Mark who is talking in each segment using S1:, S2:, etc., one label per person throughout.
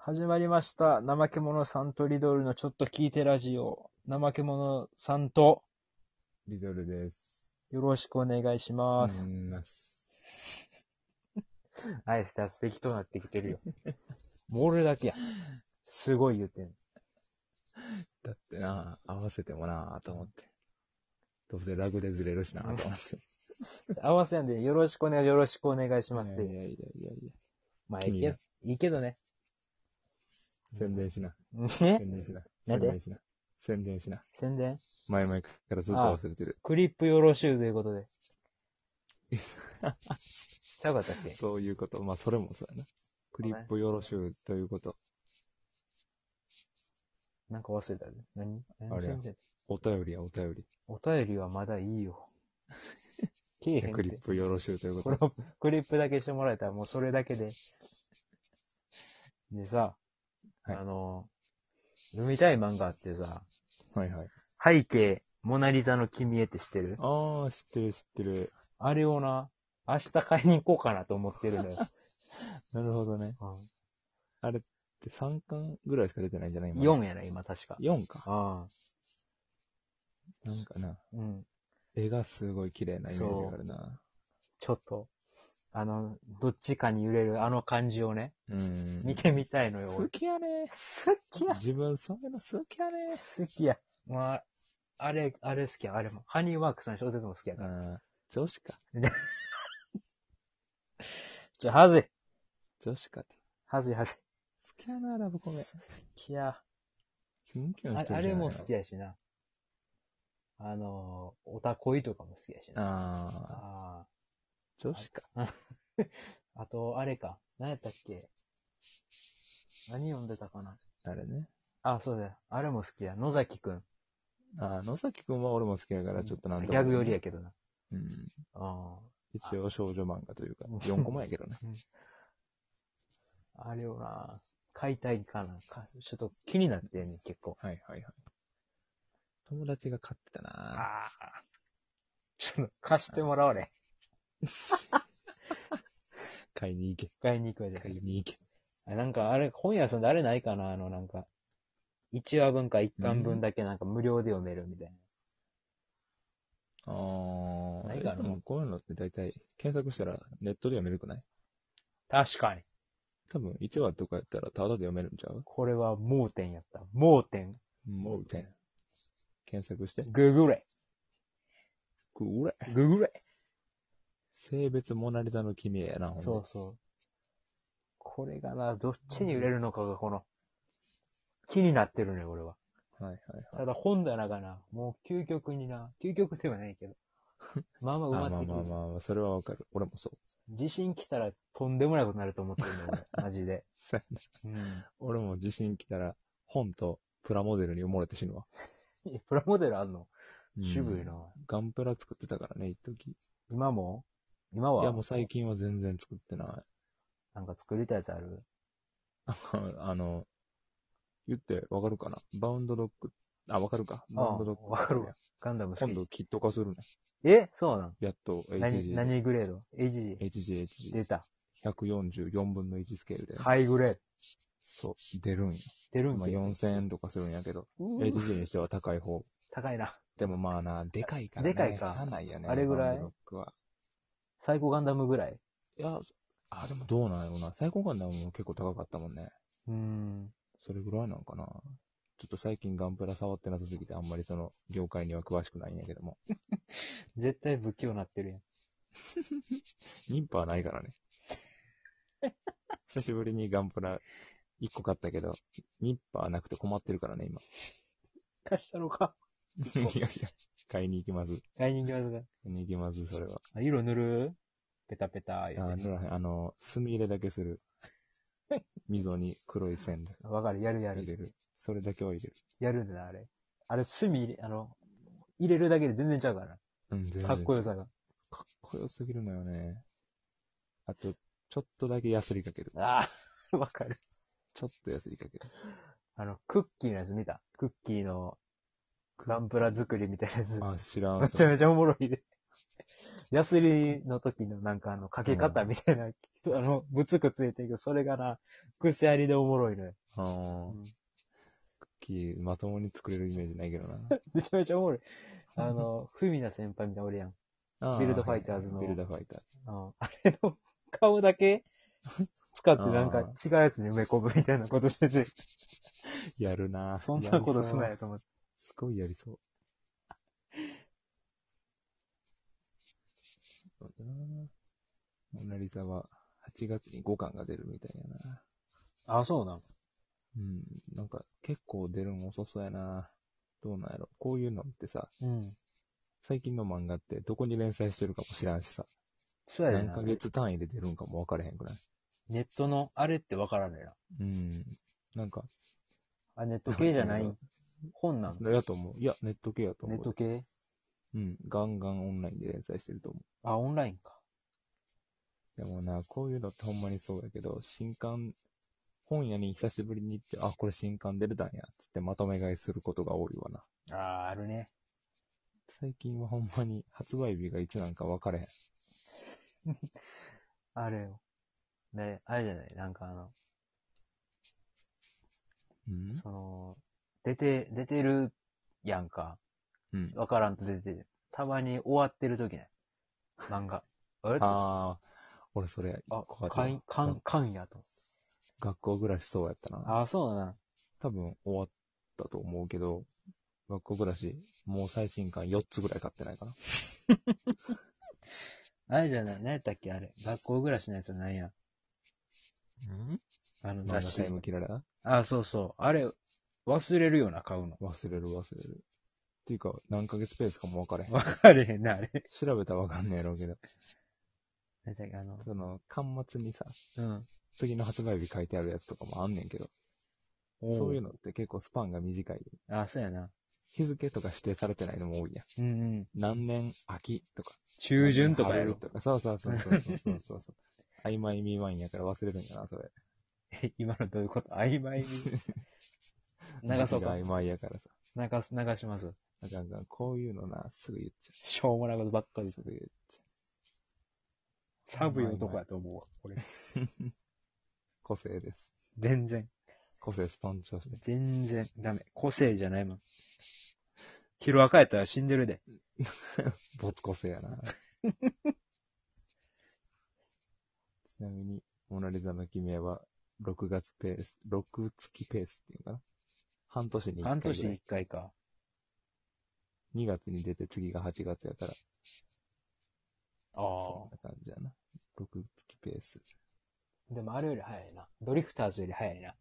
S1: 始まりました。怠け者さんとリドルのちょっと聞いてラジオ。怠け者さんと
S2: リドルです。
S1: よろしくお願いします。
S2: うんます
S1: アイス達適当になってきてるよ。もう俺だけや。すごい言うてん。
S2: だってな、合わせてもな、と思って。どうせラグでずれるしな、と思って。
S1: 合わせんで、よろしくお願い、よろしくお願いします
S2: い
S1: っ
S2: やいや
S1: て。
S2: いやいやいや。
S1: まあ、いい
S2: 君
S1: け
S2: が
S1: ど、いいけどね。
S2: 宣伝しな。
S1: ね
S2: 宣伝しな。
S1: なん
S2: 宣
S1: で
S2: 伝しな。宣伝しな。
S1: 宣伝
S2: 前々からずっと合わせてる。
S1: クリップよろしゅうということ で。ちゃうかったっけ
S2: そういうこと。まあ、それもそうやな。クリップよろしゅうということ。
S1: なんか忘れたね。何
S2: あ
S1: 何
S2: れや
S1: 宣伝
S2: お便りやお便り。
S1: お便りはまだいい よ。けえへ
S2: じ
S1: ん
S2: ゃあ
S1: っ
S2: クリッ
S1: て。
S2: プよろしゅうというこ
S1: これ
S2: と。
S1: をクリップだけしてもらえたらもうそれだけで。でさ、
S2: はい
S1: あの、読みたい漫画あってさ、
S2: はいはい。
S1: 背景、モナリザの君へって知ってるあ
S2: ああ、知ってる知ってる。
S1: れをな、明日買いに行こうかなと思ってるのよ。
S2: なるほどね。
S1: うん
S2: で、3巻ぐらいしか出てないんじゃない今。
S1: 4やな、今確か。
S2: 4か。
S1: ああ
S2: なんかな。
S1: うん。
S2: 絵がすごい綺麗なイメージがあるな。
S1: ちょっと、あの、どっちかに揺れるあの感じをね、
S2: うん
S1: 見てみたいのよ。
S2: 好
S1: 俺
S2: きやね。
S1: 好きや。
S2: 自分そういうの好きやね。
S1: 好きや。まあ、あれ、あれ好きや、あれも。ハニーワークスの小説も好きやから。
S2: ああ、女子か。
S1: じゃ、はずい。
S2: 女子かって。
S1: はずいはずい。
S2: 好きやな、ラブコメ。
S1: 好きや。
S2: キュンキュン
S1: あ
S2: して
S1: れ
S2: る
S1: あ
S2: じゃ
S1: れ
S2: ないの
S1: も好き。やしな。あの、オタ恋とかも好きやしな。
S2: ああ、
S1: あ
S2: 女子か。
S1: あ。あと、あれか。何やったっけ何読んでたかな
S2: あれね。
S1: あ、そうだよ。あれも好きや。野崎くん。
S2: ああ、野崎くんは俺も好きやから、ちょっとなん
S1: ギ
S2: と
S1: ャグよりや
S2: け
S1: けどな。
S2: うん。
S1: あ
S2: 一応少女漫画というか
S1: うん、
S2: 4個前やけどね。
S1: あ。あれをな、解体かな。かちょっと気になってんねん、結構。
S2: はいはいはい。友達が買ってたな。
S1: ああ。ちょっと貸してもらおうれ。
S2: 買いに行け。
S1: 買いに行くわじゃ
S2: 買いに行け。
S1: あなんかあれ、本屋さんであれないかなあの、なんか、1話分か1巻
S2: う
S1: 分
S2: ん
S1: だけなんか無料で読めるみたいな。
S2: ああ、
S1: ないかな
S2: でもこういうのって大体、検索したらネットで読めるくない
S1: 確かに。
S2: 多分、1話とかやったらタダで読めるんちゃう
S1: これは盲点やった。盲点。
S2: もうみたいな。検索して。
S1: ググれ。
S2: これ。
S1: ググれ。
S2: 性別モナリザの君へやな、ほんまに
S1: そうそう。これがな、どっちに売れるのかがこの、気になってるね、俺は。
S2: はいはい
S1: た
S2: はい。
S1: だ本棚がな、もう究極にな、究極ではないけど。 まあまあ
S2: あ
S1: 埋ま
S2: まあ
S1: ってく
S2: まあ
S1: る。
S2: まあ、それはわかる。俺もそう。
S1: 地震来たらとんでもないことになると思ってるんだよ、俺マジで。うん。
S2: 俺も地震来たら、本とプラモデルに埋もれて死ぬわ。
S1: えプラモデルあんの
S2: うん
S1: 渋いな。
S2: ガンプラ作ってたからね、一時い
S1: 今も今は
S2: や、もう最近は全然作ってない。
S1: なんか作りたいやつある
S2: あの、言ってわかるかなバウンドドッグ。あ、わかるか。バウンドドッグ。
S1: わかるわ。ガンダム好き
S2: 今度キット化するね。
S1: えそうなん
S2: やっと HG
S1: 何、
S2: で。
S1: 何グレード ?HG。
S2: HG、HG。
S1: 出た。
S2: 144分の1スケールで。
S1: ハイグレード。
S2: そう、出るんよ。
S1: 出るん
S2: まあ、
S1: け、
S2: 4000円とかするんやけど、
S1: うー
S2: HG にしては高い方。
S1: 高いな。
S2: でもまあな、でかいからね。
S1: でかいか
S2: しゃあないよね。
S1: あれぐらい
S2: バンドロックは
S1: 最高ガンダムぐらい
S2: いや、あ、でもどうなんやろうな。最高感でも結構高かったもんね。
S1: うーん。
S2: それぐらいなのかな。ちょっと最近ガンプラ触ってなさすぎて、あんまりその業界には詳しくないんやけども。
S1: 絶対不器用なってるやん。
S2: 忍法はないからね。久しぶりにガンプラ1個買ったけど、ニッパーなくて困ってるからね、今。
S1: 貸したのか。
S2: いやいや、買いに行きます。
S1: 買いに行きますか。
S2: 買いに行きます、それは。
S1: あ色塗るペタペタ
S2: あ
S1: 言
S2: ー、
S1: うて
S2: 塗らへん。あの、墨入れだけ する。溝に黒い線で
S1: わかる、やるやる。
S2: 入れる。それだけは入れる。
S1: やるんだな、あれ。あれ、墨入れ、あの、入れるだけで全然ちゃうから
S2: うん、全
S1: な。かっこよさが。
S2: かっこよすぎるのよね。あと、ちょっとだけヤスリかける。
S1: ああ、 わかる。
S2: ちょっとヤスリか ける。
S1: あの、クッキーのやつ見たクッキーのガンプラ作りみたいなやつ。
S2: あ、知らん。
S1: めちゃめちゃおもろいで。ヤスリの時のなんかあの、かけ方みたいな、あの、ぶつくついていく、それがな、癖ありでおもろいのよ。
S2: あの
S1: うん
S2: クッキーまともに作れるイメージないけどな。
S1: めちゃめちゃお もろい。あの、フミナ先輩みたいな俺やん。
S2: あ ー
S1: ビルドファイターズの
S2: ビルドファイターズ。
S1: うんあれの顔だけ使ってなんか違うやつに埋め込むみたいなことしてて、
S2: やるな
S1: そんなことすな
S2: やり
S1: よと思って。
S2: そうすごいやりそう。そうだなモナリザは8月に5巻が出るみたいやな。
S1: あ、そうなん。
S2: うん。なんか結構出るの遅そうやなどうなんやろ。こういうのってさ、
S1: うん。
S2: 最近の漫画ってどこに連載してるかも知らんしさ、
S1: そうやねん
S2: 何
S1: な
S2: ヶ。月単位で出るんかも分かれへんくらい。
S1: ネットのあれってわからんねえな。
S2: うん。なんか、
S1: あ、ネット系じゃない本なん
S2: やと思う。いや、ネット系やと
S1: ネ
S2: 思う。
S1: ット系
S2: うん。ガンガンオンラインで連載してると思
S1: あ、オンラインか。
S2: う。でもな、こういうのってほんまにそうやけど、新刊、本屋に久しぶりに行って、あ、これ新刊出てたんや、つってまとめ買いすることが多いわな。
S1: ああ、あるね。
S2: 最近はほんまに発売日がいつなんか分かれへん。
S1: あれよ。ね、あれじゃないなんかあの、
S2: うん
S1: その、出て、出てるやんか。
S2: うん。
S1: わからんと出てる。たまに終わってる時ない。漫画。 あれあ、
S2: ああ、俺それ、怖か
S1: か
S2: った
S1: ん、かん、かんやと。
S2: 学校暮らしそうやったな。
S1: ああ、そうだな。
S2: 多分終わったと思うけど、学校暮らし、もう最新刊4つぐらい買ってないかな。
S1: あれじゃない、何やったっけあれ。学校暮らしのやつなんや。
S2: うん
S1: あの
S2: 雑
S1: 雑誌
S2: 誌。に向けられた
S1: ああ、そうそう。あれ、忘れるような、買うの。
S2: 忘れる忘れる。っていうか、何ヶ月ペースかも分からへん。
S1: わかれへんな、あれ。
S2: 調べたら分かんないやろうけど、
S1: 何だっけ、あの、
S2: その、端末にさ、
S1: うん。
S2: 次の発売日書いてあるやつとかもあんねんけど、そういうのって結構スパンが短い。
S1: ああ、そうやな。
S2: 日付とか指定されてないのも多いやん。
S1: うんうん。
S2: 何年秋とか。
S1: 中旬とかや
S2: 春
S1: ろ。
S2: とか。そうそうそうそうそうそうそうそう。曖昧未満やから忘れるんやな、それ。
S1: 今のどういうこと曖昧 に。流そう
S2: 時期が
S1: か。
S2: 曖昧やからさ。
S1: 流す、流します。
S2: あかんあかん、こういうのな、すぐ言っちゃ
S1: しょうもないことばっか
S2: う。
S1: り。
S2: すぐ言っちゃう。
S1: 寒い男やと思うわ、俺。
S2: 個性です。
S1: 全然。
S2: 個性尊重して。
S1: 全然。ダメ。個性じゃないもん。ヒロアカやったら死んでるで。
S2: 没個性やな。 ちなみに、モナリザの君は、6月ペース、6月ペースっていうのかな半年に1回ぐらい。
S1: 半年に一回か。
S2: 2月に出て次が8月やから、そんな感じやな。6月ペース。
S1: でもあれより早いな。ドリフターズより早いな。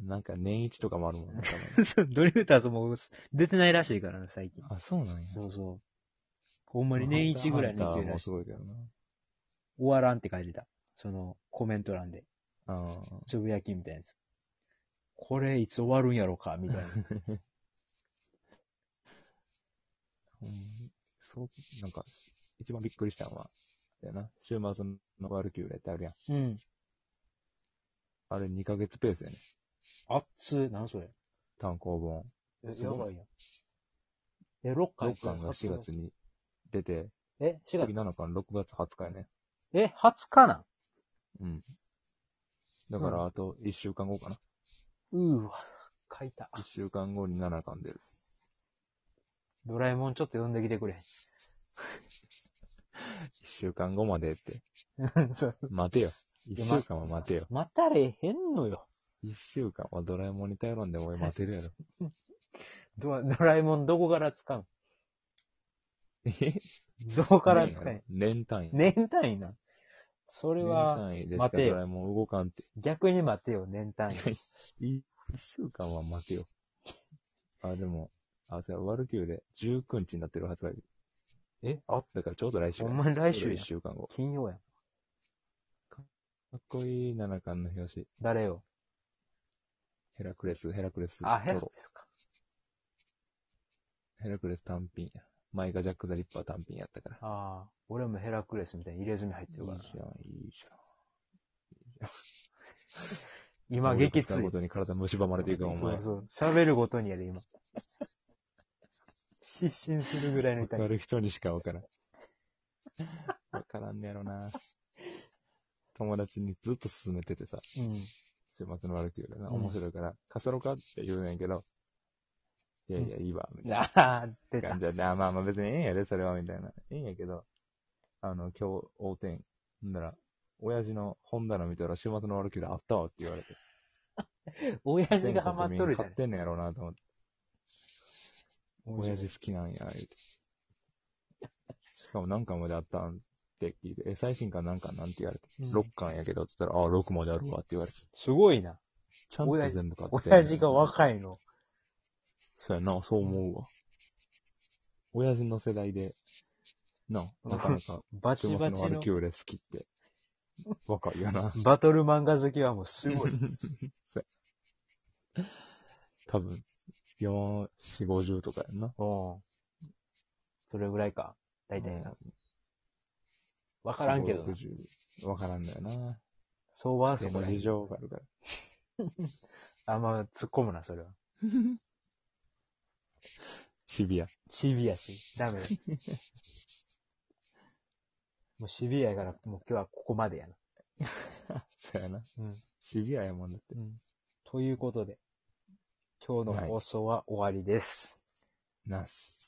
S2: なんか年一とかもある もんね。たまに
S1: ドリフターズも出てないらしいからな、最近。
S2: あ、そうなんや。
S1: そうそう。ほんまに年一ぐらいの
S2: ハンタ
S1: 勢い
S2: ーも
S1: ら
S2: う
S1: しい。
S2: すごいけどな。
S1: 終わらんって書いてた。その、コメント欄で。
S2: ああ。
S1: つぶやきみたいなやつ。これいつ終わるんやろか、みたいな。
S2: うんそう、なんか、一番びっくりしたのは、だよな、週末のバーベキューレってあるやん。
S1: うん。
S2: あれ2ヶ月ペースやね。
S1: あっつ、なんそれ。
S2: 単行本。
S1: え
S2: そう
S1: いやん。え、6巻
S2: 6巻が4月。に出て、
S1: え、4
S2: 次
S1: 月
S2: 7巻6月20日やね。
S1: え、20日なん
S2: うん。だか
S1: う
S2: ら、あと1週間後かな。
S1: うーわ、書いた。
S2: 1週間後に7巻出る。
S1: ドラえもんちょっと読んできて くれ。
S2: 1週間後までって。
S1: そう
S2: 待てよ。
S1: や
S2: 1
S1: ま
S2: 週間は待てよ。
S1: 待たれへんのよ。
S2: 1週間はドラえもんに頼らんでも待てるやろ。
S1: ドラドラえもんどこから使う
S2: え
S1: のどこから使うの
S2: 年単位。
S1: 年単位な。それ
S2: 年
S1: は、
S2: 単位でしか
S1: 待てよ
S2: ドラえもん動かんって。
S1: 逆に待てよ、年単位。
S2: い一週間は待てよ。あ、でも、あ、そうや、ワルキューで19日になってるはずだけ
S1: え、あ、
S2: だからちょうど来週
S1: ほ
S2: や。
S1: んまに来
S2: ちょう
S1: 週
S2: ど
S1: や
S2: 一。週間後。
S1: 金曜や。
S2: かっこいい七巻の表紙。
S1: 誰よ。
S2: ヘラクレス、ヘラクレス、
S1: あ、ヘ
S2: ソ
S1: ラ
S2: ロ
S1: ですか。
S2: ヘラクレス単品や。マイカ・ジャック・ザ・リッパー単品やったから。
S1: ああ、俺もヘラクレスみたいに入れ墨入って
S2: いい
S1: るからな。
S2: じゃん、いいじゃん。
S1: 今、激
S2: 俺が使う
S1: 痛
S2: こ。とに体蝕まれていくわお前。
S1: そうそう。喋るごとにやで、今。失神するぐらいの
S2: わ
S1: 痛
S2: か
S1: み。
S2: る人にしかわからん。わからんねやろな。友達にずっと勧めててさ、
S1: うん。
S2: 週末の悪く言うからな、
S1: うん
S2: 面白いから、貸さろかって言うんやけど、いやいや、いいわ、みたい
S1: ああ、出
S2: な
S1: た
S2: 感。じで、あまあまあ別にええんやで、それは、みたいな。ええんやけど、あの、今日、横転。ほんなら、親父の本棚見たら、週末の悪く言うあったわって言われて。
S1: 親父がハマっとるじゃ
S2: 買
S1: ん
S2: っ。てんのやろうなと思って。親父
S1: す。
S2: 好きなんや、言うて。しかも何巻まであったんって聞いて、え、最新刊何巻なんて言われて、
S1: うん
S2: 6巻やけどって言ったら、ああ、6まであるわって言われて、
S1: すごいな。
S2: ちゃんと全部買ってんねん。
S1: 親父が
S2: い。
S1: 若いの。
S2: そうやな、そう思うわ。親父の世代で、な、なかなか、
S1: バ
S2: 週
S1: チ
S2: 末
S1: バ
S2: の
S1: チ
S2: アル
S1: の
S2: キ。ューレ好きって、若いよ な。
S1: バトル漫画好きはもうすごい。
S2: 多分、4、4、50とかやんな。
S1: うん。それぐらいか。大体
S2: う
S1: が。わからんけどな。
S2: 50わからんのよな。
S1: 相場はそ
S2: で
S1: こ
S2: も
S1: らへん
S2: 事情があるから。
S1: あんま突っ込むな、それは。
S2: シビア。
S1: シビアし。ダメだ。もうシビアやから、もう今日はここまでやな。
S2: そうやな。
S1: うん。
S2: シビアやもんだって。
S1: ということで、今日の放送は終わりです。
S2: ナイス。